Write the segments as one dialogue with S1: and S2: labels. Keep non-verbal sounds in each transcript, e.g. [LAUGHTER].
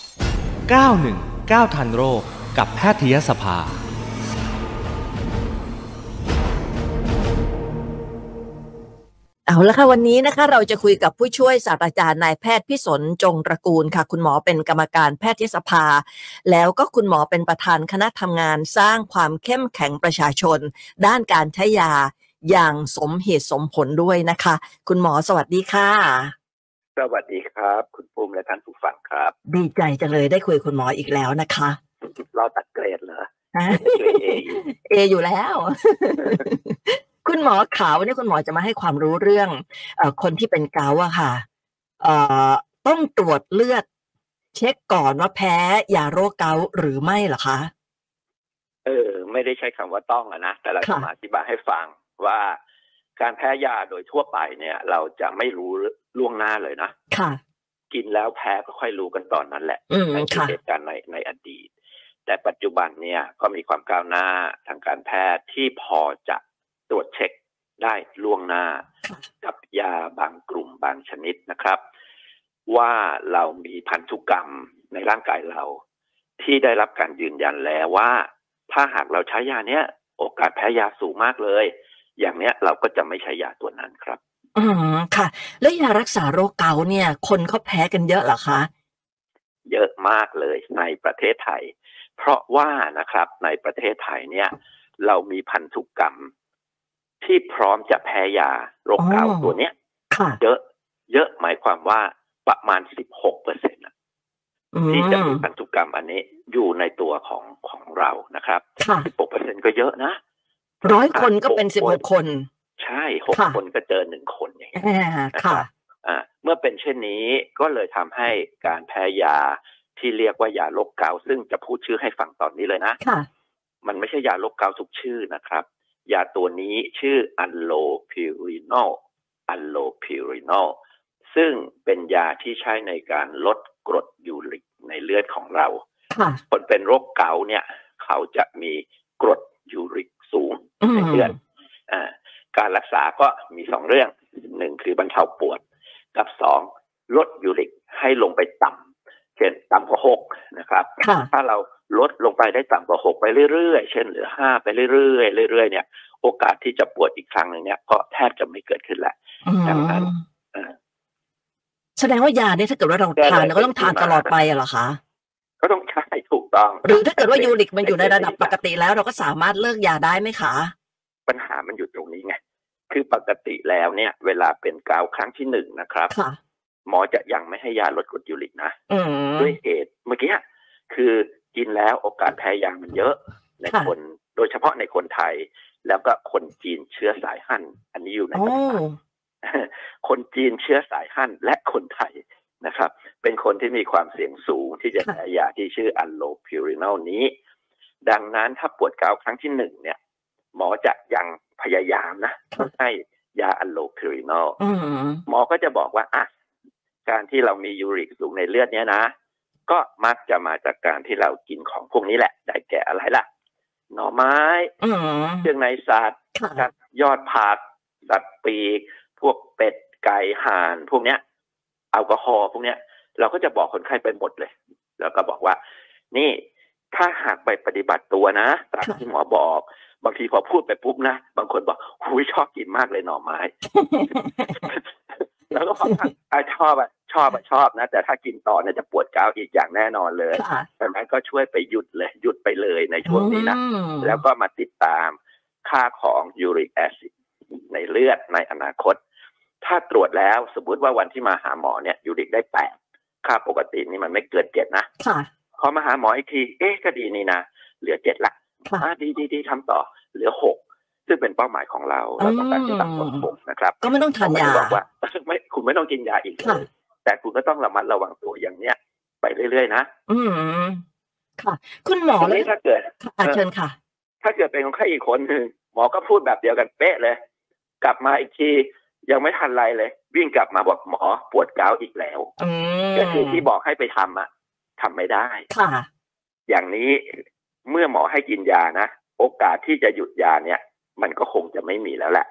S1: 919 ทันโรคกับแพทยสภา
S2: เอาละค่ะวันนี้นะคะเราจะคุยกับผู้ช่วยศาสตราจารย์นายแพทย์พิสนจงตระกูลค่ะ คุณหมอเป็นกรรมการแพทยสภา แล้วก็คุณหมอเป็นประธานคณะทำงานสร้างความเข้มแข็งประชาชน ด้านการใช้ยาอย่างสมเหตุสมผลด้วยนะคะ คุณหมอสวัสดีค่ะ
S3: สวัสดีครับ คุณภูมิและท่านผู้ฟังครับ
S2: ดีใจจังเลยได้คุยกับคุณหมออีกแล้วนะคะ
S3: เราตัดเกรดเหรอ
S2: ฮะ
S3: เกรดเอง
S2: เออยู่แล้ว [LAUGHS] คุณหมอขาวเนี่ยคุณหมอจะมาให้ความรู้เรื่องเออคนที่เป็นเกาต์อะค่ะเอ่อต้องตรวจเลือด เช็คก่อนว่าแพ้ยาโรคเกาต์หรือไม่เหรอคะ
S3: เออ ไม่ได้ใช้คำว่าต้องอะนะแต่เรา
S2: ค่ะ
S3: จะมาอธิบายให้ฟังว่าการแพ้ยาโดยทั่วไปเนี่ย เราจะไม่รู้ล่วงหน้าเลยนะ
S2: ค่ะ
S3: กินแล้วแพ้ก็ค่อยรู้กันตอนนั้นแหละ
S2: อืม
S3: นั่นคือ
S2: ค่ะ
S3: เหตุการณ์ในในอดีต แต่ปัจจุบันเนี่ยก็มีความก้าวหน้าทางการแพทย์ที่พอจะตรวจเช็คได้ล่วงหน้า
S2: ค่ะ
S3: กับยาบางกลุ่มบางชนิดนะครับ ว่าเรามีพันธุกรรมในร่างกายเรา ที่ได้รับการยืนยันแล้วว่า ถ้าหากเราใช้ยาเนี้ยโอกาสแพ้ยาสูงมากเลย อย่างเนี้ยเราก็จะไม่ใช้ยาตัวนั้นครับ
S2: อืมค่ะ แล้วยารักษาโรคเกาต์เนี่ย คนเขาแพ้กันเยอะเหรอคะ
S3: เยอะมากเลยในประเทศไทย เพราะว่านะครับในประเทศไทยเนี่ย เรามีพันธุกรรม ที่พร้อมจะแพ้ยาโรคเกาต์
S2: อ๋อ
S3: ตัวเนี้ย
S2: ค่ะ
S3: เยอะ เยอะหมายความว่าประมาณสิบหกเปอร์เซ็นต์
S2: อื
S3: ที่จะ
S2: ม
S3: มีพันธุกรรมอันนี้อยู่ในตัวของของเรานะครับ
S2: ค่ะ
S3: 6%ก็เยอะนะ
S2: ร้อยคนก็เป็นสิบหกคน
S3: ใช่ 6
S2: ค่ะ
S3: คนก็เจอหนึ่งคนอย่างเงี้ย
S2: อ่าค่ะ
S3: อ่าเมื่อเป็นเช่นนี้ก็เลยทำให้การแพ้ยาที่เรียกว่ายาโรคเกาต์ซึ่งจะพูดชื่อให้ฟังตอนนี้เลยนะ
S2: ค่ะ
S3: มันไม่ใช่ยาโรคเกาต์ทุกชื่อนะครับ ยาตัวนี้ชื่ออัลโลพิรินอลอัลโลพิรินอลซึ่งเป็นยาที่ใช้ในการลดกรดยูริกในเลือดของเรา
S2: ค่ะ
S3: คนเป็นโรคเกาต์เนี่ย เขาจะมีกรดยูริกสูง
S2: อืม
S3: ในเลือดอ่าการรักษาก็มีสองเรื่องหนึ่งคือบรรเทาปวด กับสองลดยูริกให้ลงไปต่ำเช่นต่ำกว่าหกนะครับ
S2: ค่ะ
S3: ถ้าเราลดลงไปได้ต่ำกว่าหกไปเรื่อยๆ เช่นเหลือห้าไปเรื่อยๆเรื่อยๆเนี่ย โอกาสที่จะปวดอีกครั้งหนึ่งเนี่ยก็แทบจะไม่เกิดขึ้นแล้ว
S2: อืม
S3: ดังนั้นเออ
S2: แสดงว่ายาเนี่ยถ้าเกิดว่าเรา
S3: ก็เลย
S2: ทานเราก็ต้อง
S3: เป็นที่
S2: ทาน
S3: มา
S2: ตลอดไปอะเหรอคะ
S3: ก็ต้องใช้ถูกต้อง
S2: หรือถ้าเกิดว่ายูริกมันอยู่ในระดับปกติแล้วเราก็สามารถเลิกยาได้ไหมคะ
S3: ปัญหามันอยู่ตรงนี้ไง คือปกติแล้วเนี่ย เวลาเป็นกาวครั้งที่หนึ่งนะครับ
S2: ค่ะ
S3: หมอจะยังไม่ให้ยาลดกรดยูริกนะ
S2: อืม
S3: ด้วยเหตุเมื่อกี้คือกินแล้วโอกาสแพ้ยามันเยอะใน
S2: ค่ะ
S3: คนโดยเฉพาะในคนไทย แล้วก็คนจีนเชื้อสายฮั่น อันนี้อยู่ใน
S2: โอ้
S3: ตำรา [LAUGHS] คนจีนเชื้อสายฮั่นและคนไทยนะครับ เป็นคนที่มีความเสี่ยงสูงที่จะแพ้ยาที่ชื่ออัลโลพิรินอลนี้ ดังนั้นถ้าปวดกราวครั้งที่หนึ่งเนี่ย หมอจะยังพยายามนะให้ยาอัลโลพิรินอล
S2: อืม
S3: หมอก็จะบอกว่าอ่ะการที่เรามียูริกสูงในเลือดเนี้ยนะ ก็มักจะมาจากการที่เรากินของพวกนี้แหละ ได้แก่อะไรล่ะ หน่อไม้
S2: อืม
S3: เครื่องในสัตว
S2: ค่ะ
S3: สัตว์ยอดผักสัตว์ปีก พวกเป็ดไก่ห่าน พวกเนี้ยแอลกอฮอล์พวกเนี้ย เราก็จะบอกคนไข้ไปหมดเลย แล้วก็บอกว่า นี่ถ้าหากไปปฏิบัติตัวนะตาม
S2: ค่ะ
S3: ที่หมอบอก บางทีพอพูดไปปุ๊บนะบางคนบอกหุยชอบกินมากเลยหน่อไม้ [LAUGHS] แล้วก็พอฟังอ่ะชอบอ่ะชอบอ่ะชอบนะ แต่ถ้ากินต่อเนี่ยจะปวดกราวอีกอย่างแน่นอนเลย
S2: ค่ะ
S3: ดังนั้นก็ช่วยไปหยุดเลยหยุดไปเลยในช่วงนี้นะ
S2: อืม
S3: แล้วก็มาติดตามค่าของยูริกแอซิดในเลือดในอนาคต ถ้าตรวจแล้วสมมติว่าวันที่มาหาหมอเนี่ยยูริกได้แปดค่าปกตินี่มันไม่เกินเจ็ดนะ
S2: ค่ะ
S3: พอมาหาหมออีกที เอ๊ะก็ดีนี่นะ เหลือเจ็ดละ
S2: ค่ะ
S3: อ่าดีดีดีทำต่อ เหลือหกซึ่งเป็นเป้าหมายของเราเราต้องการที่ต่ำกว่าหกนะครับ
S2: ก็ไม่ต้องทานยา
S3: ผมบอกว่า [LAUGHS] ไม่คุณไม่ต้องกินยาอีกเล
S2: ค่ะ
S3: ยแต่คุณก็ต้องระมัดระวังตัวอย่างเนี้ยไปเรื่อยๆนะ
S2: อืม ค่ะ คุณหมอ
S3: ที
S2: เล
S3: นี้
S2: ย
S3: ถ้าเกิด
S2: ค่ะเชิญค่ะ
S3: ถ้าเกิดเป็นคนไข้อีกคนหนึ่งหมอก็พูดแบบเดียวกันเป๊ะเลย กลับมาอีกที ยังไม่ทันไรเลย วิ่งกลับมาบอกหมอปวดกราวอีกแล้ว
S2: อืม
S3: ก็คือที่บอกให้ไปทำอะทำไม่ได้
S2: ค่ะ
S3: อย่างนี้เมื่อหมอให้กินยานะ โอกาสที่จะหยุดยาเนี่ย มันก็คงจะไม่มีแล้วแหละ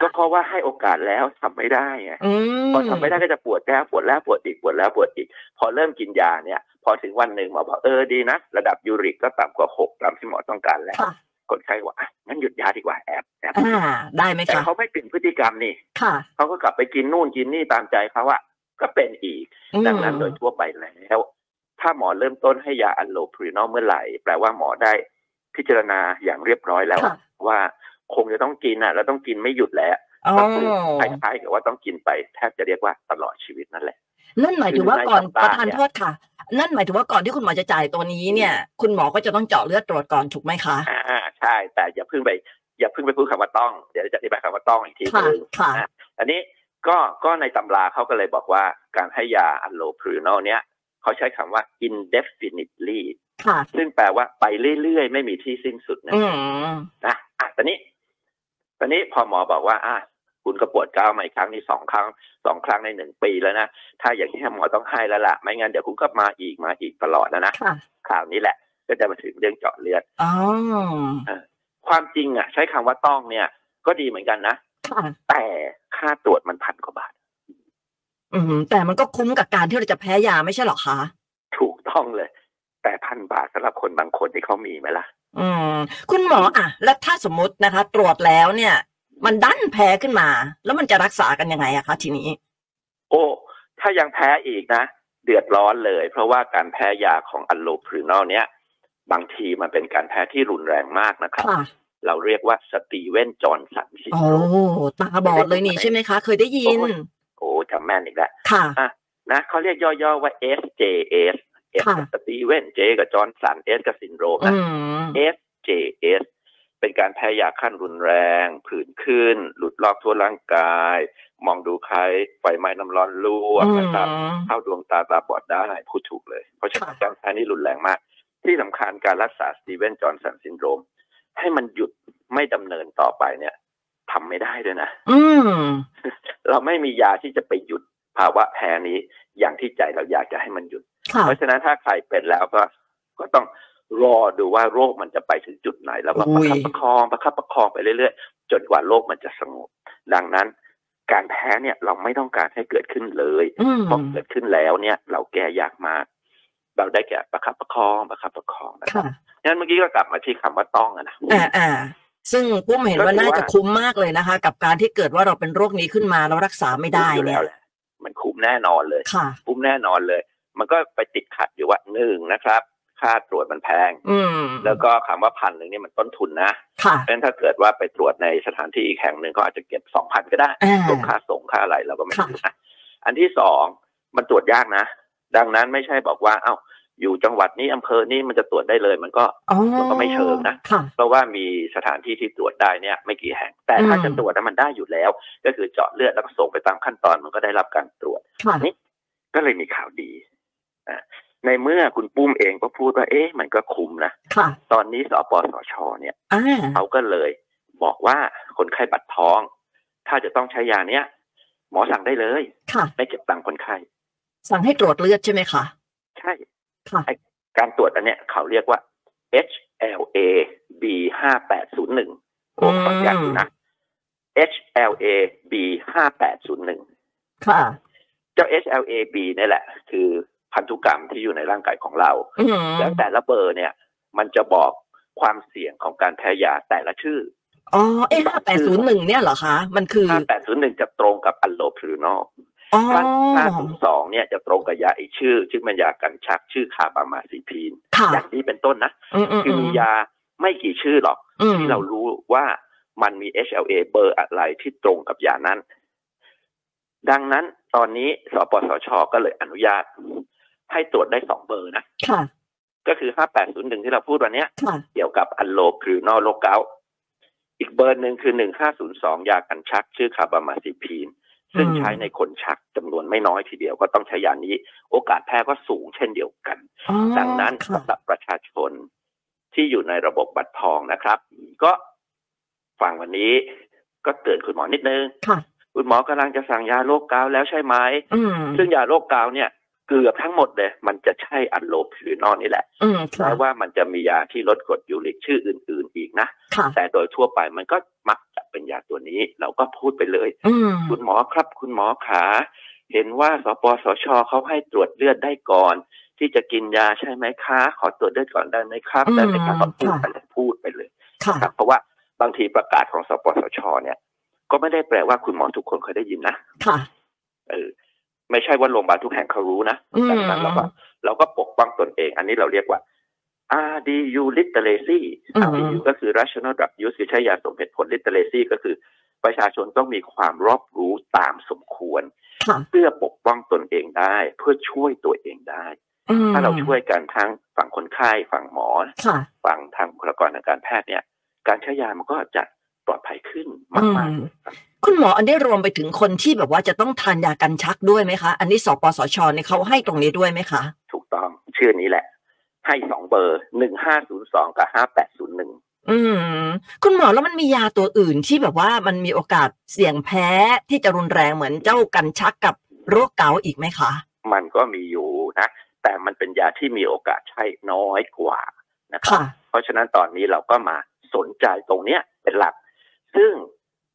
S3: ก็เพราะว่าให้โอกาสแล้วทำไม่ได้ไง
S2: อืม
S3: พอทำไม่ได้ก็จะปวดแล้วปวดแล้วปวดอีกปวดแล้วปวดอีก พอเริ่มกินยาเนี่ย พอถึงวันหนึ่งหมอบอกเออดีนะ ระดับยูริกก็ต่ำกว่าหกตามที่หมอต้องการแล้ว
S2: ค่ะ
S3: คนไข้ว่าอ่ะงั้นหยุดยาดีกว่าแอบแอบ
S2: อ่า ได้ไหม
S3: แต่
S2: คะ
S3: เขาไม่เปลี่ยนพฤติกรรมนี่
S2: ค่ะ
S3: เขาก็กลับไปกินนู่นกินนี่ตามใจเขาอะก็เป็นอีก
S2: อืม
S3: ดังนั้นโดยทั่วไปแล้ว ถ้าหมอเริ่มต้นให้ยาอัลโลพรีนอลเมื่อไหร่ แปลว่าหมอได้พิจารณาอย่างเรียบร้อยแล้ว
S2: ค่ะ
S3: ว่าคงจะต้องกินอ่ะ แล้วต้องกินไม่หยุดแล้ว
S2: อ๋อ
S3: ก็คือคล้ายๆกับว่าต้องกินไปแทบจะเรียกว่าตลอดชีวิตนั่นแหละ
S2: นั่นหมายถึงว่าก่อน
S3: คือในสัปดา
S2: ป
S3: ห์
S2: ระทานโทษค่ะ นั่นหมายถึงว่าก่อนที่คุณหมอจะจ่ายตัวนี้เนี่ย คุณหมอก็จะต้องเจาะเลือดตรวจก่อนถูกไหมคะ
S3: อ่าใช่ แต่อย่าเพิ่งไป อย่าเพิ่งไปพูดคำว่าต้อง เดี๋ยวจะอธิบายคำว่าต้องอีกทีห
S2: ค่ะ
S3: นึง
S2: ค่ะ
S3: อันนี้ก็ก็ในตำราเขาก็เลยบอกว่าการให้ยาอัลโลพรีนอลเนี้ยเขาใช้คำว่า indefinitely
S2: ค่ะ
S3: ซึ่งแปลว่าไปเรื่อยๆ ไม่มีที่สิ้นสุดนะ
S2: อืม
S3: นะอ่ะตอนนี้ ตอนนี้พอหมอบอกว่า อ่ะคุณก็ปวดกล้าวมาอีกครั้งนี่สองครั้งสองครั้งในหนึ่งปีแล้วนะ ถ้าอย่างนี้หมอต้องให้แล้วล่ะ ไม่งั้นเดี๋ยวคุณก็มาอีกมาอีกตลอดนะนะ
S2: ค่ะ
S3: ข่าวนี้แหละ ก็จะมาถึงเรื่องเจาะเลือด
S2: อ๋อ
S3: ความจริงอ่ะ ใช้คำว่าต้องเนี่ย ก็ดีเหมือนกันนะ
S2: ค่ะ
S3: แต่ค่าตรวจมันพันกว่าบาท
S2: อืม แต่มันก็คุ้มกับการที่เราจะแพ้ยาไม่ใช่เหรอคะ
S3: ถูกต้องเลย แต่พันบาทสำหรับคนบางคนที่เขามีไหมล่ะ
S2: อืม คุณหมออ่ะ แล้วถ้าสมมตินะคะ ตรวจแล้วเนี่ย มันดันแพ้ขึ้นมา แล้วมันจะรักษากันยังไงอะคะทีนี้
S3: โอ้ ถ้ายังแพ้อีกนะ เดือดร้อนเลย เพราะว่าการแพ้ยาของอัลโลพรีนอลเนี้ยบางทีมันเป็นการแพ้ที่รุนแรงมากนะครับ
S2: ค่ะ
S3: เราเรียกว่าสตีเวนจอห์นสันซิน
S2: โอ้
S3: โดรม
S2: ตาบอดเลยนี่ใช่ไหมคะ เคยได้ยิน
S3: โอ้ย โอ้จำแม่นอีกแล้ว
S2: ค่ะ
S3: นะเขาเรียกย่อๆว่า SJS S
S2: ค่ะ
S3: กับสตีเวน J กับจอห์นสัน S กับซินโดรม
S2: อื
S3: นะ
S2: ม
S3: SJS เป็นการแพ้ยาขั้นรุนแรง ผื่นขึ้น หลุดลอกทั่วร่างกาย มองดูคล้ายไฟไหม้น้ำร้อนลวก
S2: อืม
S3: นะครับ เข้าดวงตาตาบอดได้พูดถูกเลย เพราะฉะนั้น
S2: ค่ะ
S3: การแพ้นี่รุนแรงมาก ที่สำคัญการรักษาสตีเวนจอห์นสันซินโดรม ให้มันหยุดไม่ดำเนินต่อไปเนี่ยทำไม่ได้ด้วยนะ
S2: อืม
S3: เราไม่มียาที่จะไปหยุดภาวะแพ้นี้อย่างที่ใจเราอยากจะให้มันหยุด
S2: ค่ะ
S3: เพราะฉะนั้นถ้าใครเป็นแล้วก็ก็ต้องรอดูว่าโรคมันจะไปถึงจุดไหน แล้วก็
S2: อุ้ย
S3: ประคับประคองประคับประคองไปเรื่อยๆ จนกว่าโรคมันจะสงบ ดังนั้น การแพ้เนี่ยเราไม่ต้องการให้เกิดขึ้นเลย
S2: อืม
S3: พอเกิดขึ้นแล้วเนี่ย เราแก้ยากมาก เราได้แก่ประคับประคองประคับประคองนะครับ
S2: ค่ะ
S3: งั้นเมื่อกี้ก็กลับมาที่คำว่าต้องอะนะ
S2: อ่าอ่าซึ่งปุ้มเห็นว่าน่าจะคุ้มมากเลยนะคะ กับการที่เกิดว่าเราเป็นโรคนี้ขึ้นมาแล้วรักษาไม่ได้
S3: อยู่
S2: เนี่
S3: แล้
S2: ย
S3: วแหละมันคุ้มแน่นอนเลย
S2: ค่ะ
S3: คุ้มแน่นอนเลย มันก็ไปติดขัดอยู่ว่าหนึ่งนะครับ ค่าตรวจมันแพง
S2: อืม
S3: แล้วก็คำว่าพันหนึ่งนี่มันต้นทุนนะ
S2: ค่ะ
S3: เพราะฉะนั้นถ้าเกิดว่าไปตรวจในสถานที่อีกแห่งหนึ่งเขาอาจจะเก็บสองพันก็ได้
S2: อ่า
S3: รวมค่าส่งค่าอะไรเราก็ไม่
S2: ค่ะ
S3: รู้นะอันที่สองมันตรวจยากนะ ดังนั้นไม่ใช่บอกว่า เอ้า อยู่จังหวัดนี้อำเภอนี้มันจะตรวจได้เลย มันก็
S2: อ๋อ
S3: มันก็ไม่เชิงนะ
S2: ค่ะ
S3: เพราะว่ามีสถานที่ที่ตรวจได้เนี่ยไม่กี่แห่ง แต่ถ้า
S2: อืม
S3: จะตรวจนะมันได้อยู่แล้ว ก็คือเจาะเลือดแล้วก็ส่งไปตามขั้นตอนมันก็ได้รับการตรวจ
S2: ค่ะ
S3: นี่ก็เลยมีข่าวดีอ่ะในเมื่อคุณปุ้มเองก็พูดว่า เอ๊ะ มันก็คุ้มนะ
S2: ค่ะ
S3: ตอนนี้สปสช เนี่ย
S2: อ่า
S3: เขาก็เลย บอกว่าคนไข้บัตรท้อง ถ้าจะต้องใช้ยาเนี้ย หมอสั่งได้เลย
S2: ค่ะ
S3: ไม่เก็บตังค์คนไข้
S2: สั่งให้ตรวจเลือดใช่ไหมคะ
S3: ใช่
S2: ค่ะ
S3: การตรวจอันเนี้ยเขาเรียกว่า HLA B ห้าแปดศูนย์หนึ่งโอ้ขออนุญาตดูนะ HLA B ห้าแปดศูนย์หนึ่ง
S2: ค่ะ
S3: เจ้า HLA-B เนี่ยแหละ คือพันธุกรรมที่อยู่ในร่างกายของเรา
S2: อืม
S3: แล้วแต่ละเบอร์เนี่ย มันจะบอกความเสี่ยงของการแพ้ยาแต่ละชื่อ
S2: อ๋อ เอ๊ะห้าแปดศูนย์หนึ่งเนี่ยเหรอคะ มันคือ
S3: 5801 จะตรงกับอัลโลพรินอล
S2: อ๋อ
S3: 502เนี่ยจะตรงกับยาอีกชื่อ ชื่อมันยากันชักชื่อคาบามาซิพีน
S2: ค่ะ
S3: อย่างนี้เป็นต้นนะ
S2: อืมอืม
S3: คือมียาไม่กี่ชื่อหรอก
S2: อืม
S3: ที่เรารู้ว่ามันมี HLA เบอร์อะไรที่ตรงกับยานั้น ดังนั้นตอนนี้สปสช ก็เลยอนุญาต ให้ตรวจได้สองเบอร์นะ
S2: ค่ะ
S3: ก็คือ 5801 ที่เราพูดวันเนี้ย
S2: ค่ะ
S3: เกี่ยวกับอันโลคือนอโรคเกาต์อีกเบอร์หนึ่งคือ 1502 ยากันชัก ชื่อคาบามาซิพีน ซึ่ง
S2: อืม
S3: ใช้ในคนชักจำนวนไม่น้อยทีเดียวก็ต้องใช้ยานี้ โอกาสแพร่ก็สูงเช่นเดียวกัน
S2: อ๋อ
S3: ดังนั้น
S2: ค่ะ
S3: สำหรับประชาชนที่อยู่ในระบบบัตรทองนะครับ ก็ฟังวันนี้ก็เตือนคุณหมอนิดนึง
S2: ค่ะ
S3: คุณหมอกำลังจะสั่งยาโรคเกาต์แล้วใช่ไหม
S2: อืม
S3: ซึ่งยาโรคเกาต์เนี่ยเกือบทั้งหมดเลย มันจะใช่อันโลพิวนอลนี่แหละ
S2: อืม
S3: แป
S2: ค่ะ
S3: ลว่ามันจะมียาที่ลดกรดยูริกชื่ออื่น ๆ อีกนะ
S2: ค่ะ
S3: แต่โดยทั่วไปมันก็มักจะ เป็นยาตัวนี้ เราก็พูดไปเลย
S2: อืม
S3: คุณหมอครับ คุณหมอขา เห็นว่าสปสชเขาให้ตรวจเลือดได้ก่อน ที่จะกินยาใช่ไหมคะ ขอตรวจเลือดก่อนได้ไหมครับได้ไหมครับก็พูดไปเลยพูดไปเลย
S2: ค่ะ
S3: ครับเพราะว่าบางทีประกาศของสปสชเนี่ย ก็ไม่ได้แปลว่าคุณหมอทุกคนเคยได้ยินนะ
S2: ค่ะ
S3: เออไม่ใช่ว่าโรงพยาบาลทุกแห่งเขารู้นะ
S2: อืม
S3: ดังนั้นเราก็เราก็ปกป้องตนเอง อันนี้เราเรียกว่า RDU literacy
S2: อืม
S3: RDU ก็คือ rational drug use คือใช้ยาสมเหตุผล literacy ก็คือประชาชนต้องมีความรอบรู้ตามสมควร
S2: ค่ะ
S3: เพื่อปกป้องตนเองได้ เพื่อช่วยตัวเองได้
S2: อืม
S3: ถ้าเราช่วยกันทั้งฝั่งคนไข้ฝั่งหมอ
S2: ค่ะ
S3: ฟังทางบุคลากรทางการแพทย์เนี่ย การใช้ยามันก็จะปลอดภัยขึ้น
S2: อืม
S3: มากๆเลยครับ
S2: คุณหมออันนี้รวมไปถึงคนที่แบบว่าจะต้องทานยากันชักด้วยไหมคะ อันนี้สปสชเนี่ยเขาให้ตรงนี้ด้วยไหมคะ
S3: ถูกต้องชื่อนี้แหละ ให้สองเบอร์หนึ่งห้าศูนย์สองกับห้าแปดศูนย์หนึ่ง
S2: อืม คุณหมอแล้วมันมียาตัวอื่นที่แบบว่ามันมีโอกาสเสี่ยงแพ้ที่จะรุนแรงเหมือนเจ้ากันชักกับโรคเกาต์อีกไหมคะ
S3: มันก็มีอยู่นะ แต่มันเป็นยาที่มีโอกาสใช้น้อยกว่านะครับ
S2: ค่ะ
S3: เพราะฉะนั้นตอนนี้เราก็มาสนใจตรงเนี้ยเป็นหลัก ซึ่ง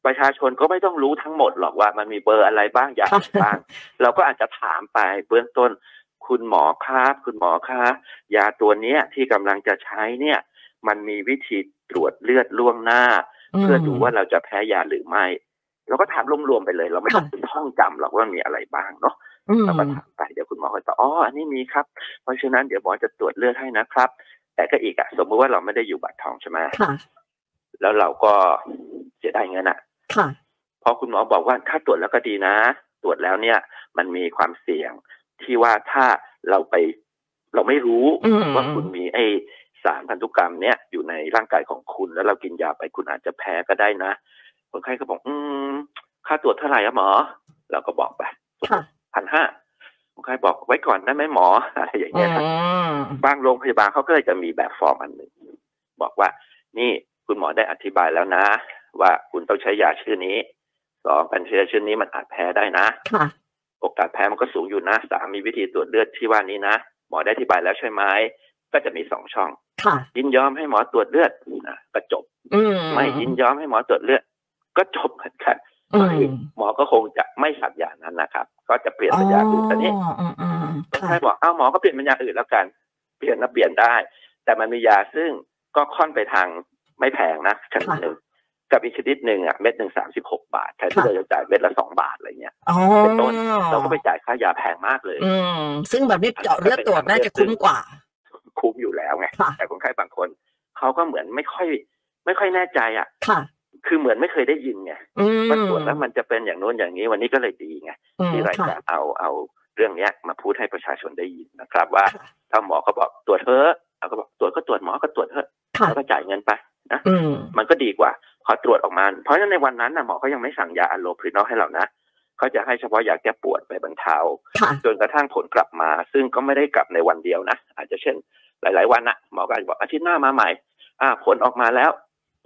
S3: ประชาชนก็ไม่ต้องรู้ทั้งหมดหรอกว่ามันมีเบอร์อะไรบ้างอย่างไรบ้าง เราก็อาจจะถามไปเบื้องต้น คุณหมอครับคุณหมอคะยาตัวเนี้ยที่กำลังจะใช้เนี่ย มันมีวิธีตรวจเลือดล่วงหน้า เพื่อดูว่าเราจะแพ้ยาหรือไม่ เราก็ถามรวมๆไปเลย เราไม่ต้องท่องจำหรอกว่ามันมีอะไรบ้างเนาะ
S2: อืม
S3: เราก็ถามไปเดี๋ยวคุณหมอก็ตอบอ๋ออันนี้มีครับ เพราะฉะนั้นเดี๋ยวหมอจะตรวจเลือดให้นะครับ แต่ก็อีกอะสมมติว่าเราไม่ได้อยู่บัตรทองใช่ไหม
S2: ค่ะ
S3: แล้วเราก็เสียดายเงินอะ
S2: ค่ะ
S3: เพราะคุณหมอบอกว่าถ้าตรวจแล้วก็ดีนะ ตรวจแล้วเนี่ย มันมีความเสี่ยงที่ว่าถ้าเราไป เราไม่รู้
S2: อืม
S3: ว่าคุณมีไอสารพันธุกรรมเนี่ยอยู่ในร่างกายของคุณ แล้วเรากินยาไปคุณอาจจะแพ้ก็ได้นะคนไข้ก็บอกอืมค่าตรวจเท่าไหร่อะหมอ เราก็บอกไป
S2: ค่ะ
S3: พันห้าคนไข้บอกไว้ก่อนได้ไหมหมอ [LAUGHS] อะไรอย่าง
S2: อื
S3: เงี้ยครับ
S2: ม
S3: บางโรงพยาบาลเขาก็เลยจะมีแบบฟอร์มอันหนึ่งบอกว่า นี่คุณหมอได้อธิบายแล้วนะ ว่าคุณต้องใช้ยาชื่อนี้สองการใช้ยาชื่อนี้มันอาจแพ้ได้นะ
S2: ค่ะ
S3: โอกาสแพ้มันก็สูงอยู่นะสามมีวิธีตรวจเลือดที่ว่านี้นะ หมอได้อธิบายแล้วใช่ไหมก็จะมีสองช่อง
S2: ค่ะ
S3: ยินยอมให้หมอตรวจเลือดนะก็จบ
S2: อืม
S3: ไม่ยินยอมให้หมอตรวจเลือด ก็จบเหมือนกัน
S2: อืม
S3: หมอก็คงจะไม่สับยานั้นนะครับ ก็จะเปลี่ยนเป็นยาอื่นแต่นี้
S2: อ๋ออืมอืม
S3: คน
S2: ค่ะ
S3: ไข้บอกอ้าวหมอก็เปลี่ยนเป็นยาอื่นแล้วกัน เปลี่ยนนะเปลี่ยนได้ แต่มันมียาซึ่งก็ค่อนไปทางไม่แพงนะชนิดหนึ่งกับอีกชนิดหนึ่งอ่ะเม็ดหนึ่งสามสิบหกบาทแทนที่เราจะจ่ายเม็ดละสองบาทอะไรเงี้ย
S2: อ๋อ
S3: เป็นต้น เราก็ไปจ่ายค่ายาแพงมากเลย
S2: อืม ซึ่งแบบนี้เจาะเลือดตรวจน่าจะคุ้มกว่า
S3: คุ้มอยู่แล้วไง
S2: ค่ะ
S3: แต่คนไข้บางคนเขาก็เหมือนไม่ค่อย ไม่ค่อยแน่ใจอ่ะ
S2: ค่ะ
S3: คือเหมือนไม่เคยได้ยินไง
S2: อืม
S3: ว่าตรวจแล้วมันจะเป็นอย่างโน้นอย่างนี้วันนี้ก็เลยดีไง
S2: อืม
S3: ที่ราย
S2: ค่ะ
S3: การเอาเอาเรื่องเนี้ยมาพูดให้ประชาชนได้ยินนะครับ ว่า
S2: ค่ะ
S3: ถ้าหมอเขาบอกตรวจเถอะเราก็บอกตรวจก็ตรวจหมอก็ตรวจเถอะ
S2: ค่ะ
S3: แล้วก็จ่ายเงินไปนะ
S2: อืม
S3: มันก็ดีกว่า พอตรวจออกมา เพราะฉะนั้นในวันนั้นนะหมอเขายังไม่สั่งยาอะโลพรินอลให้เรานะเขาจะให้เฉพาะยาแก้ปวดไปบรรเทา
S2: ค่ะ
S3: จนกระทั่งผลกลับมา ซึ่งก็ไม่ได้กลับในวันเดียวนะอาจจะเช่น หลาย ๆ วันนะหมอก็อาจจะบอกอาทิตย์หน้ามาใหม่ อ่า ผลออกมาแล้ว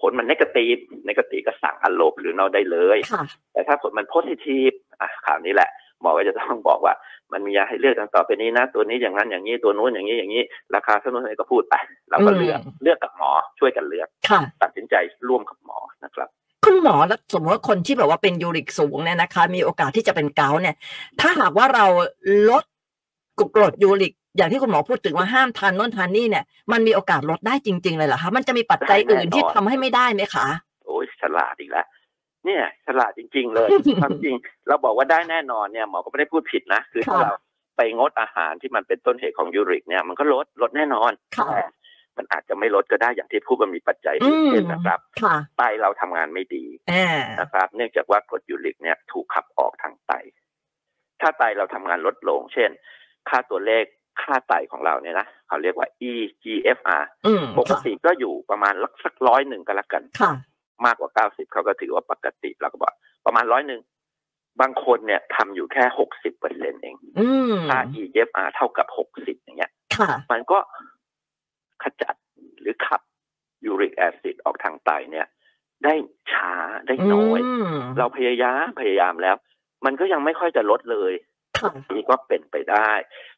S3: ผลมันนกตีฟนกตีก็สั่งอะโลพรินอลได้เลย
S2: ค่ะ
S3: แต่ถ้าผลมันโพสิทีฟอ่ะข่าวนี้แหละ หมอก็จะต้องบอกว่า มันมียาให้เลือกดังต่อไปนี้นะ ตัวนี้อย่างนั้นอย่างนี้ตัวนู้นอย่างนี้อย่างนี้ ราคาเท่านู้นเท่านี้ก็พูดไปเราก็เลือก
S2: อืม
S3: เลือกกับหมอช่วยกันเลือก
S2: ค่ะ
S3: ตัดสินใจร่วมกับหมอนะครับ
S2: คุณหมอแล้วสมมติว่าคนที่แบบว่าเป็นยูริกสูงเนี่ยนะคะ มีโอกาสที่จะเป็นเกาต์เนี่ย ถ้าหากว่าเราลดกรดยูริก อย่างที่คุณหมอพูดถึงว่าห้ามทานโน้นทานนี่เนี่ยมันมีโอกาสลดได้จริง ๆ เลยเหรอคะมันจะมีปัจจัย
S3: ได้แน่นอน
S2: อื่นที่ทำให้ไม่ได้ไหมคะ
S3: โอ้ยฉลาดอีกแล้วเนี่ยฉลาดจริง ๆ เลย ความจริง เราบอกว่าได้แน่นอนเนี่ยหมอก็ไม่ได้พูดผิดนะคือถ้า
S2: ค่ะ
S3: เราไปงดอาหารที่มันเป็นต้นเหตุของยูริกเนี่ยมันก็ลดลดแน่นอน
S2: ค่ะ
S3: แต่มันอาจจะไม่ลดก็ได้อย่างที่พูดมันมีปัจจัย
S2: อืม
S3: อื่นเช่นนะครับ
S2: ค่ะ
S3: ไตเราทำงานไม่ดี
S2: แหม
S3: นะครับเนื่องจากว่ากรดยูริกเนี่ยถูกขับออกทางไต ถ้าไตเราทำงานลดลง เช่น ค่าตัวเลขค่าไตของเราเนี่ยนะเขาเรียกว่า eGFR
S2: อืม
S3: ปก
S2: ค่ะ
S3: ติก็อยู่ประมาณสักร้อยหนึ่งก็แล้วกัน
S2: ค่ะ
S3: มากกว่า 90 เขาก็ถือว่าปกติเราก็บอกประมาณร้อยหนึ่งบางคนเนี่ยทำอยู่แค่ 60เปอร์เซ็นเอง
S2: อืม
S3: ค่า eGFR เท่ากับ 60 อย่างเงี้ย
S2: ค่ะ
S3: มันก็ขจัดหรือขับยูริกแอซิดออกทางไตเนี่ย ได้ช้าได้น้อย
S2: อืม
S3: เราพยายามพยายามแล้ว มันก็ยังไม่ค่อยจะลดเลย
S2: ค่ะ
S3: นี่ก็เป็นไปได้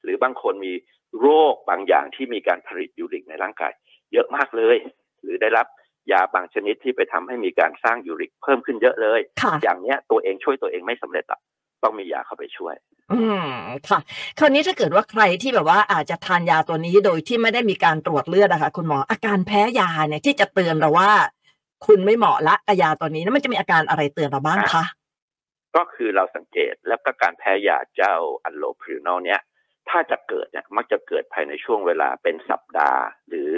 S3: หรือบางคนมีโรคบางอย่างที่มีการผลิตยูริกในร่างกาย เยอะมากเลย หรือได้รับ ยาบางชนิดที่ไปทำให้มีการสร้างยูริกเพิ่มขึ้นเยอะเลย
S2: ค่ะ
S3: อย่างเนี้ยตัวเองช่วยตัวเองไม่สำเร็จอะต้องมียาเข้าไปช่วย
S2: อืมค่ะ คราวนี้ถ้าเกิดว่าใครที่แบบว่าอาจจะทานยาตัวนี้โดยที่ไม่ได้มีการตรวจเลือดนะคะคุณหมออาการแพ้ยาเนี่ยที่จะเตือนเราว่า คุณไม่เหมาะละกับยาตัวนี้แล้วมันจะมีอาการอะไรเตือนเราบ้างคะ
S3: ก็คือเราสังเกตแล้วก็การแพ้ยาเจ้าอันโลพรินอลเนี่ย ถ้าจะเกิดเนี่ยมักจะเกิดภายในช่วงเวลาเป็นสัปดาห์ หรือ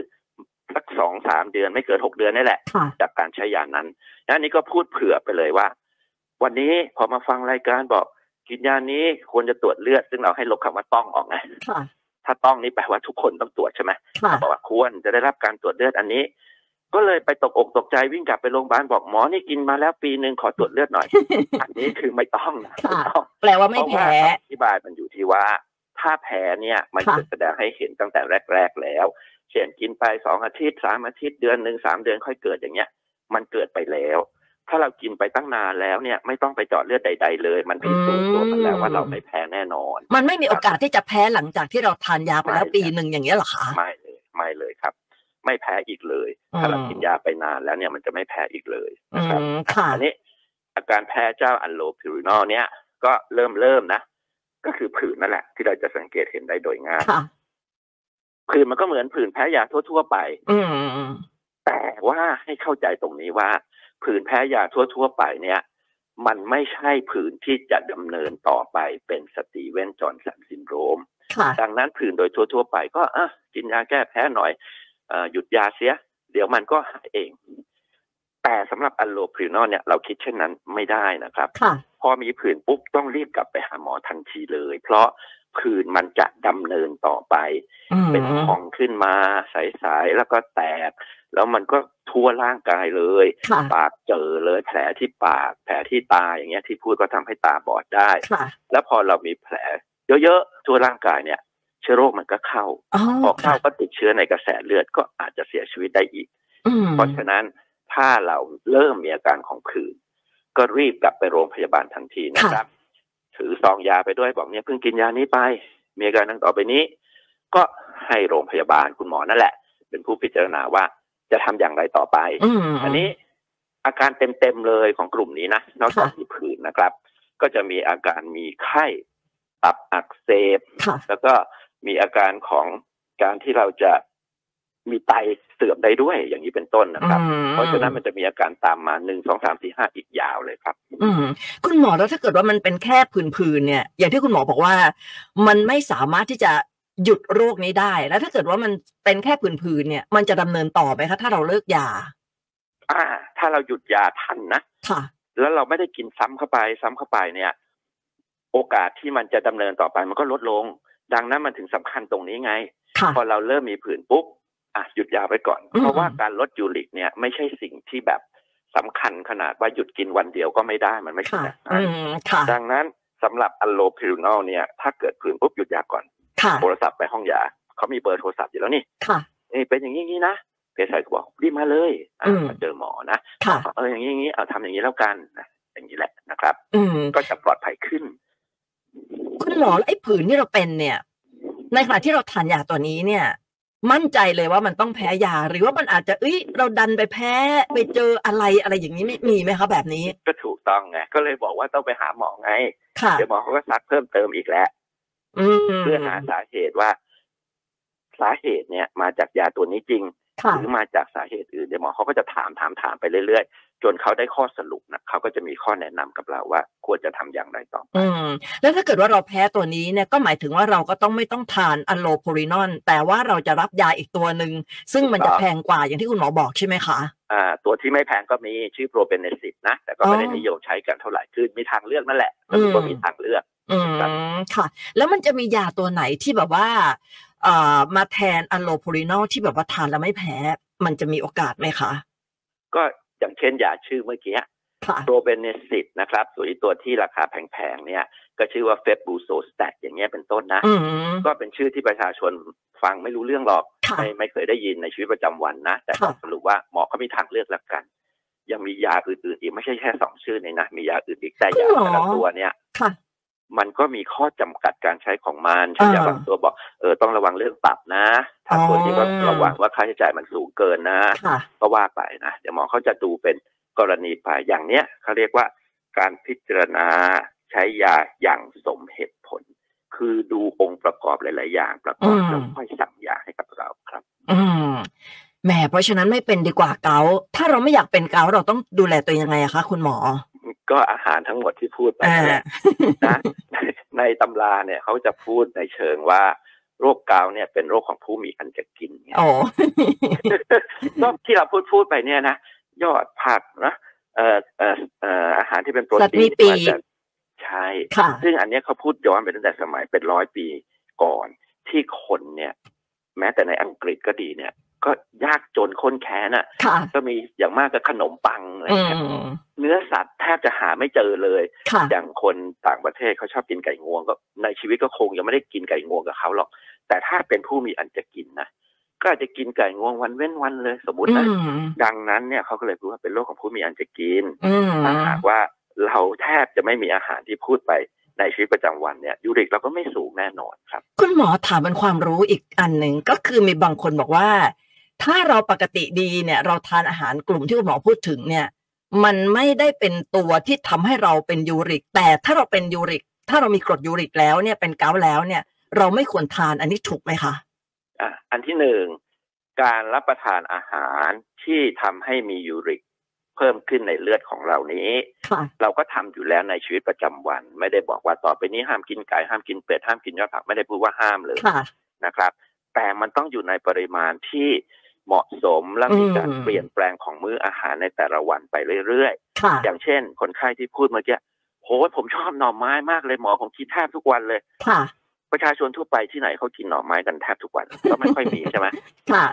S3: สักสองสามเดือนไม่เกินหกเดือนนี่แหละ
S2: ค่ะ
S3: จากการใช้ยานั้นนะนี่ก็พูดเผื่อไปเลยว่า วันนี้พอมาฟังรายการบอกกินยานี้ควรจะตรวจเลือด ซึ่งเราให้ลบคำว่าต้องออกไง
S2: ค่ะ
S3: ถ้าต้องนี่แปลว่าทุกคนต้องตรวจใช่ไหม
S2: ค่ะ
S3: บอกว่าควรจะได้รับการตรวจเลือดอันนี้ ก็เลยไปตกอกตกใจวิ่งกลับไปโรงพยาบาลบอกหมอนี่กินมาแล้วปีหนึ่งขอตรวจเลือดหน่อย อันนี้คือไม่ต้องนะ
S2: ค่ะ
S3: ไม่ต้อง
S2: แปลว่าไม่
S3: เพ
S2: แพ้
S3: ราะว่าคำอธิบายมันอยู่ที่ว่า ถ้าแพ้เนี่ยมัน
S2: ค่ะ
S3: จะแสดงให้เห็นตั้งแต่แรก ๆ แล้ว เช่นกินไปสองอาทิตย์สามอาทิตย์เดือนหนึ่งสามเดือนค่อยเกิดอย่างเงี้ย มันเกิดไปแล้ว ถ้าเรากินไปตั้งนานแล้วเนี่ยไม่ต้องไปเจาะเลือดใด ๆ เลย มันพิสูจน์ตัวมันแล้วว่าเราไม่แพ้แน่นอน
S2: มันไม่มีโอกาสที่จะแพ้หลังจากที่เราทานยาไปแล้ว
S3: ไม่
S2: ปีหนึ่งอย่างเงี้ยเหรอคะ
S3: ไม่เลยไม่เลยครับ ไม่แพ้อีกเลย ถ้าเรากินยาไปนานแล้วเนี่ยมันจะไม่แพ้อีกเลย
S2: อื
S3: นะครับ
S2: มค่ะ
S3: อันนี้อาการแพ้เจ้าอันโลพิรินอลเนี่ยก็เริ่มเริ่มนะ ก็คือผื่นนั่นแหละ ที่เราจะสังเกตเห็นได้โดยง่าย
S2: ค่ะ
S3: ผื่นมันก็เหมือนผื่นแพ้ยาทั่ว ๆ ไป
S2: อืม
S3: แต่ว่าให้เข้าใจตรงนี้ว่า ผื่นแพ้ยาทั่ว ๆ ไปเนี่ย มันไม่ใช่ผื่นที่จะดำเนินต่อไปเป็นสตีเวนจอห์นสันซินโดรม
S2: ค่ะ
S3: ดังนั้นผื่นโดยทั่ว ๆ ไปก็อ่ะกินยาแก้แพ้หน่อยเอ่อหยุดยาเสีย เดี๋ยวมันก็หายเอง แต่สำหรับอัลโลพรินอลเนี่ยเราคิดเช่นนั้นไม่ได้นะครับ
S2: ค่ะ
S3: พอมีผื่นปุ๊บต้องรีบกลับไปหาหมอทันทีเลย เพราะผื่นมันจะดำเนินต่อไป
S2: อืม
S3: เป็นพองขึ้นมาใสๆแล้วก็แตก แล้วมันก็ทั่วร่างกายเลย
S2: ค่ะ
S3: ปากเจอเลยแผลที่ปาก แผลที่ตาอย่างเงี้ยที่พูดก็ทำให้ตาบอดได้
S2: ค่ะ
S3: แล้วพอเรามีแผล เยอะๆทั่วร่างกายเนี่ย เชื้อโรคมันก็เข้า
S2: อ๋อ
S3: พอเข้า
S2: ค่ะ
S3: ก็ติดเชื้อในกระแสเลือดก็อาจจะเสียชีวิตได้อีก
S2: อืม
S3: เพราะฉะนั้นถ้าเราเริ่มมีอาการของผื่นก็รีบกลับไปโรงพยาบาลทันทีนะครับ ถือซองยาไปด้วยบอกเนี่ยเพิ่งกินยานี้ไป มีอาการดังต่อไปนี้ ก็ให้โรงพยาบาลคุณหมอนั่นแหละ เป็นผู้พิจารณาว่าจะทำอย่างไรต่อไป
S2: อืม
S3: อันนี้อาการเต็มๆเลยของกลุ่มนี้นะนอกจาก
S2: ค่ะ
S3: มีผื่นนะครับ ก็จะมีอาการมีไข้ตับอักเสบ
S2: ค่ะ
S3: แล้วก็มีอาการของการที่เราจะมีไตเสื่อมได้ด้วยอย่างนี้เป็นต้นนะครับ
S2: อืม
S3: เพราะฉะนั้นมันจะมีอาการตามมาหนึ่งสองสามสี่ห้าอีกยาวเลยครับ
S2: อืมคุณหมอแล้วถ้าเกิดว่ามันเป็นแค่ผื่นๆเนี่ย อย่างที่คุณหมอบอกว่า มันไม่สามารถที่จะหยุดโรคนี้ได้ แล้วถ้าเกิดว่ามันเป็นแค่ผื่นๆเนี่ย มันจะดำเนินต่อไหมคะถ้าเราเลิกยา
S3: อ่า ถ้าเราหยุดยาทันนะ
S2: ค่ะ
S3: แล้วเราไม่ได้กินซ้ำเข้าไป ซ้ำเข้าไปเนี่ย โอกาสที่มันจะดำเนินต่อไปมันก็ลดลง ดังนั้นมันถึงสำคัญตรงนี้ไง
S2: ค่ะ
S3: พอเราเริ่มมีผื่นปุ๊บอ่ะหยุดยาไปก่อน
S2: อืม
S3: เพราะว่าการลดยูริกเนี่ยไม่ใช่สิ่งที่แบบสำคัญขนาดว่าหยุดกินวันเดียวก็ไม่ได้มันไม่ใช่
S2: ค่ะ
S3: แบบนั้
S2: อื
S3: น
S2: ม ค่ะ
S3: ดังนั้นสำหรับอัลโลพิรูนอลเนี่ย ถ้าเกิดผื่นปุ๊บหยุดยาก่อน
S2: ค่ะ
S3: โทรศัพท์ไปห้องยาเขามีเบอร์โทรศัพท์อยู่แล้วนี่
S2: ค่ะ
S3: นี่เป็นอย่างนี้อย่างนี้นะเภสัชก็บอกรีบมาเลยอ่ะ
S2: อืม
S3: มาเจอหมอนะ
S2: ค่ะ
S3: เอออย่างนี้อย่างนี้เอาทำอย่างนี้แล้วกันนะอย่างนี้แหละนะครับ
S2: อืม
S3: ก็จะปลอดภัยขึ้น
S2: คุณหมอแล้วไอ้ผื่นที่เราเป็นเนี่ย ในขณะที่เราทานยาตัวนี้เนี่ย มั่นใจเลยว่ามันต้องแพ้ยา หรือว่ามันอาจจะเอ้ยเราดันไปแพ้ไปเจออะไรอะไรอย่างนี้ไม่มีไหมคะแบบนี้
S3: ก็ถูกต้องไงก็เลยบอกว่าต้องไปหาหมอไง
S2: ค่ะ
S3: เดี๋ยวหมอเขาก็ซักเพิ่มเติมอีกแหล้ว
S2: อืม
S3: เพื่อหาสาเหตุว่า สาเหตุเนี่ยมาจากยาตัวนี้จริง
S2: ค่ะ
S3: หรือมาจากสาเหตุอื่นเดี๋ยวหมอเขาก็จะถามถามถามไปเรื่อยๆ จนเขาได้ข้อสรุปนะเขาก็จะมีข้อแนะนำกับเราว่าควรจะทำอย่างไรต่อ
S2: อืม แล้วถ้าเกิดว่าเราแพ้ตัวนี้เนี่ยก็หมายถึงว่าเราก็ต้องไม่ต้องทานอะโลโพรินอน แต่ว่าเราจะรับยาอีกตัวหนึ่งซึ่งมันจะ
S3: ครับ
S2: แพงกว่าอย่างที่คุณหมอบอกใช่ไหมคะ
S3: อ่า ตัวที่ไม่แพงก็มีชื่อโปรเบเนซิตนะ แต่ก็ไม่ได้
S2: อ๋อ
S3: นิยมใช้กันเท่าไหร่คือมีทางเลือกนั่นแหละก็ถือว่า
S2: อืม
S3: มีทางเลือก
S2: อืมค่ะ แล้วมันจะมียาตัวไหนที่แบบว่าเอ่อมาแทนอะโลโพรินอลที่แบบว่าทานแล้วไม่แพ้ มันจะมีโอกาสไหมคะ
S3: ก็อย่างเช่นยาชื่อเมื่อกี้
S2: ค่ะ
S3: โปรเบเนซิตนะครับส่วนอีกตัวที่ราคาแพงๆเนี่ยก็ชื่อว่าเฟบบูโซสแตตอย่างเงี้ยเป็นต้นนะ
S2: อืม
S3: ก็เป็นชื่อที่ประชาชนฟังไม่รู้เรื่องหรอก
S2: ค่ะ
S3: ไม่ไม่เคยได้ยินในชีวิตประจำวันนะ แต่ก็
S2: ค่ะ
S3: สรุปว่าหมอเขามีทางเลือกละกัน ยังมียาอื่นๆอีกไม่ใช่แค่สองชื่อนี้นะ มียาอื่นอีกแต่ยาแต่ละตัวเนี่ย
S2: ค่ะ
S3: มันก็มีข้อจำกัดการใช้ของมันเช่นยา
S2: อ่า
S3: บางตัวบอกเออต้องระวังเรื่องปรับนะ ถ้า
S2: อ๋อ
S3: ตัวนี้ก็ระวังว่าค่าใช้จ่ายมันสูงเกินนะ
S2: ค่ะ
S3: ก็ว่าไปนะเดี๋ยวหมอเขาจะดูเป็นกรณีไปอย่างเนี้ยเขาเรียกว่าการพิจารณาใช้ยาอย่างสมเหตุผล คือดูองค์ประกอบหลาย ๆ อย่างประกอบ
S2: อืม
S3: แล้วค่อยสั่งยาให้กับเราครับ
S2: อืมแหมเพราะฉะนั้นไม่เป็นดีกว่าเกาต์ถ้าเราไม่อยากเป็นเกาต์เราต้องดูแลตัวเองยังไงอะคะคุณหมอ
S3: ก็อาหารทั้งหมดที่พูดไป
S2: อ่า
S3: นั่นแหละ นะ [LAUGHS] ในในตำราเนี่ยเขาจะพูดในเชิงว่าโรคเกาต์เนี่ยเป็นโรคของผู้มีอันจะกินไง
S2: โอ้
S3: ก็ที่เราพูดพูดไปเนี่ยนะยอดผักนะเอ่อเอ่อเอ่ออาหารที่เป็นโปร
S2: สัตว์
S3: ตี
S2: มี
S3: น
S2: ปีก
S3: มาจากใช่
S2: ค่ะ
S3: ซึ่งอันเนี้ยเขาพูดย้อนไปตั้งแต่สมัยเป็นร้อยปีก่อน ที่คนเนี่ย แม้แต่ในอังกฤษก็ดีเนี่ย ก็ยากจนข้นแค้นอ่ะ
S2: ค่ะ
S3: ก็มีอย่างมากก็ขนมปังอะไร
S2: อื
S3: เงี้ย
S2: ม
S3: เนื้อสัตว์แทบจะหาไม่เจอเลย
S2: ค่ะ
S3: อย่างคนต่างประเทศเขาชอบกินไก่งวงก็ในชีวิตก็คงยังไม่ได้กินไก่งวงกับเขาหรอก แต่ถ้าเป็นผู้มีอันจะกินนะก็อาจจะกินไก่งวงวันเว้นวันเลยสมมติ
S2: อื
S3: นะ
S2: ม
S3: ดังนั้นเนี่ยเขาก็เลยพูดว่าเป็นโรคของผู้มีอันจะกิน
S2: อืม
S3: ถ้าหากว่าเราแทบจะไม่มีอาหารที่พูดไปในชีวิตประจำวันเนี่ยยูริกเราก็ไม่สูงแน่นอนครับ
S2: คุณหมอถามเป็นความรู้อีกอันหนึ่งก็คือมีบางคนบอกว่า ถ้าเราปกติดีเนี่ย เราทานอาหารกลุ่มที่คุณหมอพูดถึงเนี่ย มันไม่ได้เป็นตัวที่ทำให้เราเป็นยูริก แต่ถ้าเราเป็นยูริก ถ้าเรามีกรดยูริกแล้วเนี่ยเป็นเกาต์แล้วเนี่ย เราไม่ควรทานอันนี้ถูกไหมคะ
S3: อ่ะอันที่หนึ่งการรับประทานอาหารที่ทำให้มียูริก เพิ่มขึ้นในเลือดของเรานี้
S2: ค่ะ
S3: เราก็ทำอยู่แล้วในชีวิตประจำวัน ไม่ได้บอกว่าต่อไปนี้ห้ามกินไก่ห้ามกินเป็ดห้ามกินยอดผักไม่ได้พูดว่าห้ามเลย
S2: ค่ะ
S3: นะครับ แต่มันต้องอยู่ในปริมาณที่เหมาะสมและมีการ
S2: อืม
S3: เปลี่ยนแปลงของมื้ออาหารในแต่ละวันไปเรื่อยๆ
S2: ค่ะ
S3: อย่างเช่น คนไข้ที่พูดเมื่อกี้โหผมชอบหน่อไม้มากเลยหมอผมกินแทบทุกวันเลย
S2: ค่ะ
S3: ประชาชนทั่วไปที่ไหนเขากินหน่อไม้กันแทบทุกวันก็ไม่ค่อยมีใช่ไหม [LAUGHS]
S2: ค่ะ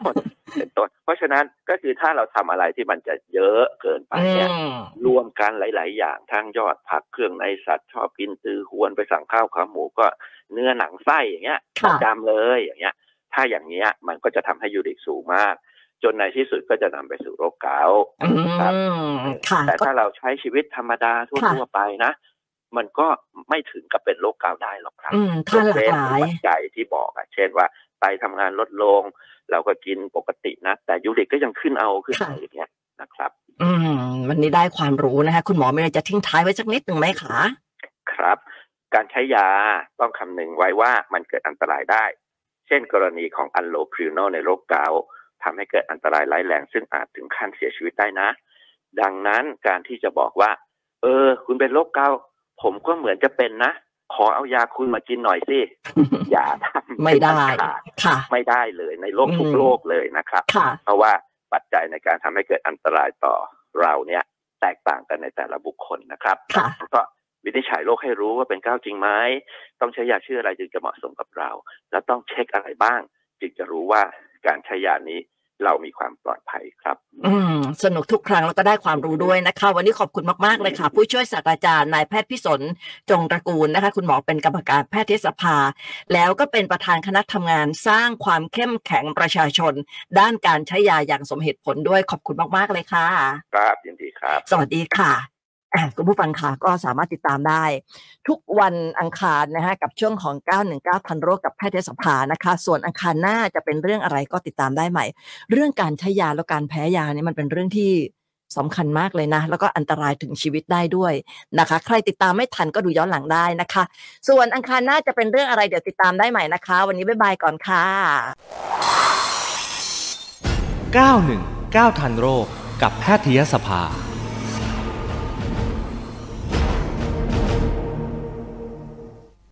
S3: เป็นต้นเพราะฉะนั้นก็คือถ้าเราทำอะไรที่มันจะเยอะเกินไป
S2: อื
S3: เนี่ย
S2: ม
S3: รวมกันหลาย ๆ อย่างทั้งยอดผักเครื่องในสัตว์ชอบกินตือหวนไปสั่งข้าวขาหมูก็เนื้อหนังไส้อย่างเงี้ยป
S2: ค่ะ
S3: ระจำเลยอย่างเงี้ย ถ้าอย่างเงี้ยมันก็จะทำให้ยูริกสูงมาก จนในที่สุดก็จะนำไปสู่โรคเกาต์
S2: อืม ค่ะ
S3: แต่
S2: ก็
S3: ถ้าเราใช้ชีวิตธรรมดาทั่ว
S2: ค่ะ
S3: ทั่วไปนะ มันก็ไม่ถึงกับเป็นโรคเกาต์ได้หรอกครับ
S2: อืมทานหลากหลาย
S3: ยกเว้นปัจจัยที่บอกอะเช่นว่าไตทำงานลดลง เราก็กินปกตินะ แต่ยูริกก็ยังขึ้นเอาขึ้นเอา
S2: ค่ะ
S3: อย่างเงี้ยนะครับ
S2: อืม วันนี้ได้ความรู้นะคะ คุณหมอมีอะไรจะทิ้งท้ายไว้สักนิดหนึ่งไหมคะ
S3: ครับ การใช้ยาต้องคำนึงไว้ว่ามันเกิดอันตรายได้ เช่นกรณีของอันโลพริโนในโรคเกาต์ทำให้เกิดอันตรายร้ายแรง ซึ่งอาจถึงขั้นเสียชีวิตได้นะ ดังนั้นการที่จะบอกว่า เออ คุณเป็นโรคเกาต์ผมก็เหมือนจะเป็นนะ ขอเอายาคุณมากินหน่อย
S2: [LAUGHS]
S3: สิ อย่าทำ
S2: ไม่ได้
S3: เป็นอันขาด
S2: ค่ะ
S3: ไม่ได้เลยในโลกทุก
S2: อืม
S3: โลกเลยนะครับ
S2: ค่ะ
S3: เพราะว่าปัจจัยในการทำให้เกิดอันตรายต่อเราเนี่ยแตกต่างกันในแต่ละบุคคลนะครับ
S2: ค่ะ
S3: ก็วินิจฉัยโรคให้รู้ว่าเป็นเก้าจริงไหมต้องใช้ยาชื่ออะไรจึงจะเหมาะสมกับเรา แล้วต้องเช็คอะไรบ้าง จึงจะรู้ว่าการใช้ยานี้เรามีความปลอดภัยครับ
S2: อืม สนุกทุกครั้งแล้วก็ได้ความรู้ด้วยนะคะ วันนี้ขอบคุณมากๆเลยค่ะ ผู้ช่วยศาสตราจารย์นายแพทย์พิสนจงตระกูลนะคะ คุณหมอเป็นกรรมการแพทยสภา แล้วก็เป็นประธานคณะทำงานสร้างความเข้มแข็งประชาชน ด้านการใช้ยาอย่างสมเหตุผลด้วยขอบคุณมากๆเลยค่ะ
S3: ครับยินดีครับ
S2: สวัสดีค่ะ [COUGHS] อ่ะ คุณผู้ฟังค่ะก็สามารถติดตามได้ ทุกวันอังคารนะฮะกับช่วงของ 919ทันโรคกับแพทยสภานะคะ ส่วนอังคารหน้าจะเป็นเรื่องอะไรก็ติดตามได้ใหม่ เรื่องการใช้ยาและการแพ้ยาเนี่ยมันเป็นเรื่องที่สำคัญมากเลยนะ แล้วก็อันตรายถึงชีวิตได้ด้วยนะคะ ใครติดตามไม่ทันก็ดูย้อนหลังได้นะคะ ส่วนอังคารหน้าจะเป็นเรื่องอะไรเดี๋ยวติดตามได้ใหม่นะคะ วันนี้บ๊ายบายก่อนค่ะ
S1: 919 ทันโรคกับแพทยสภา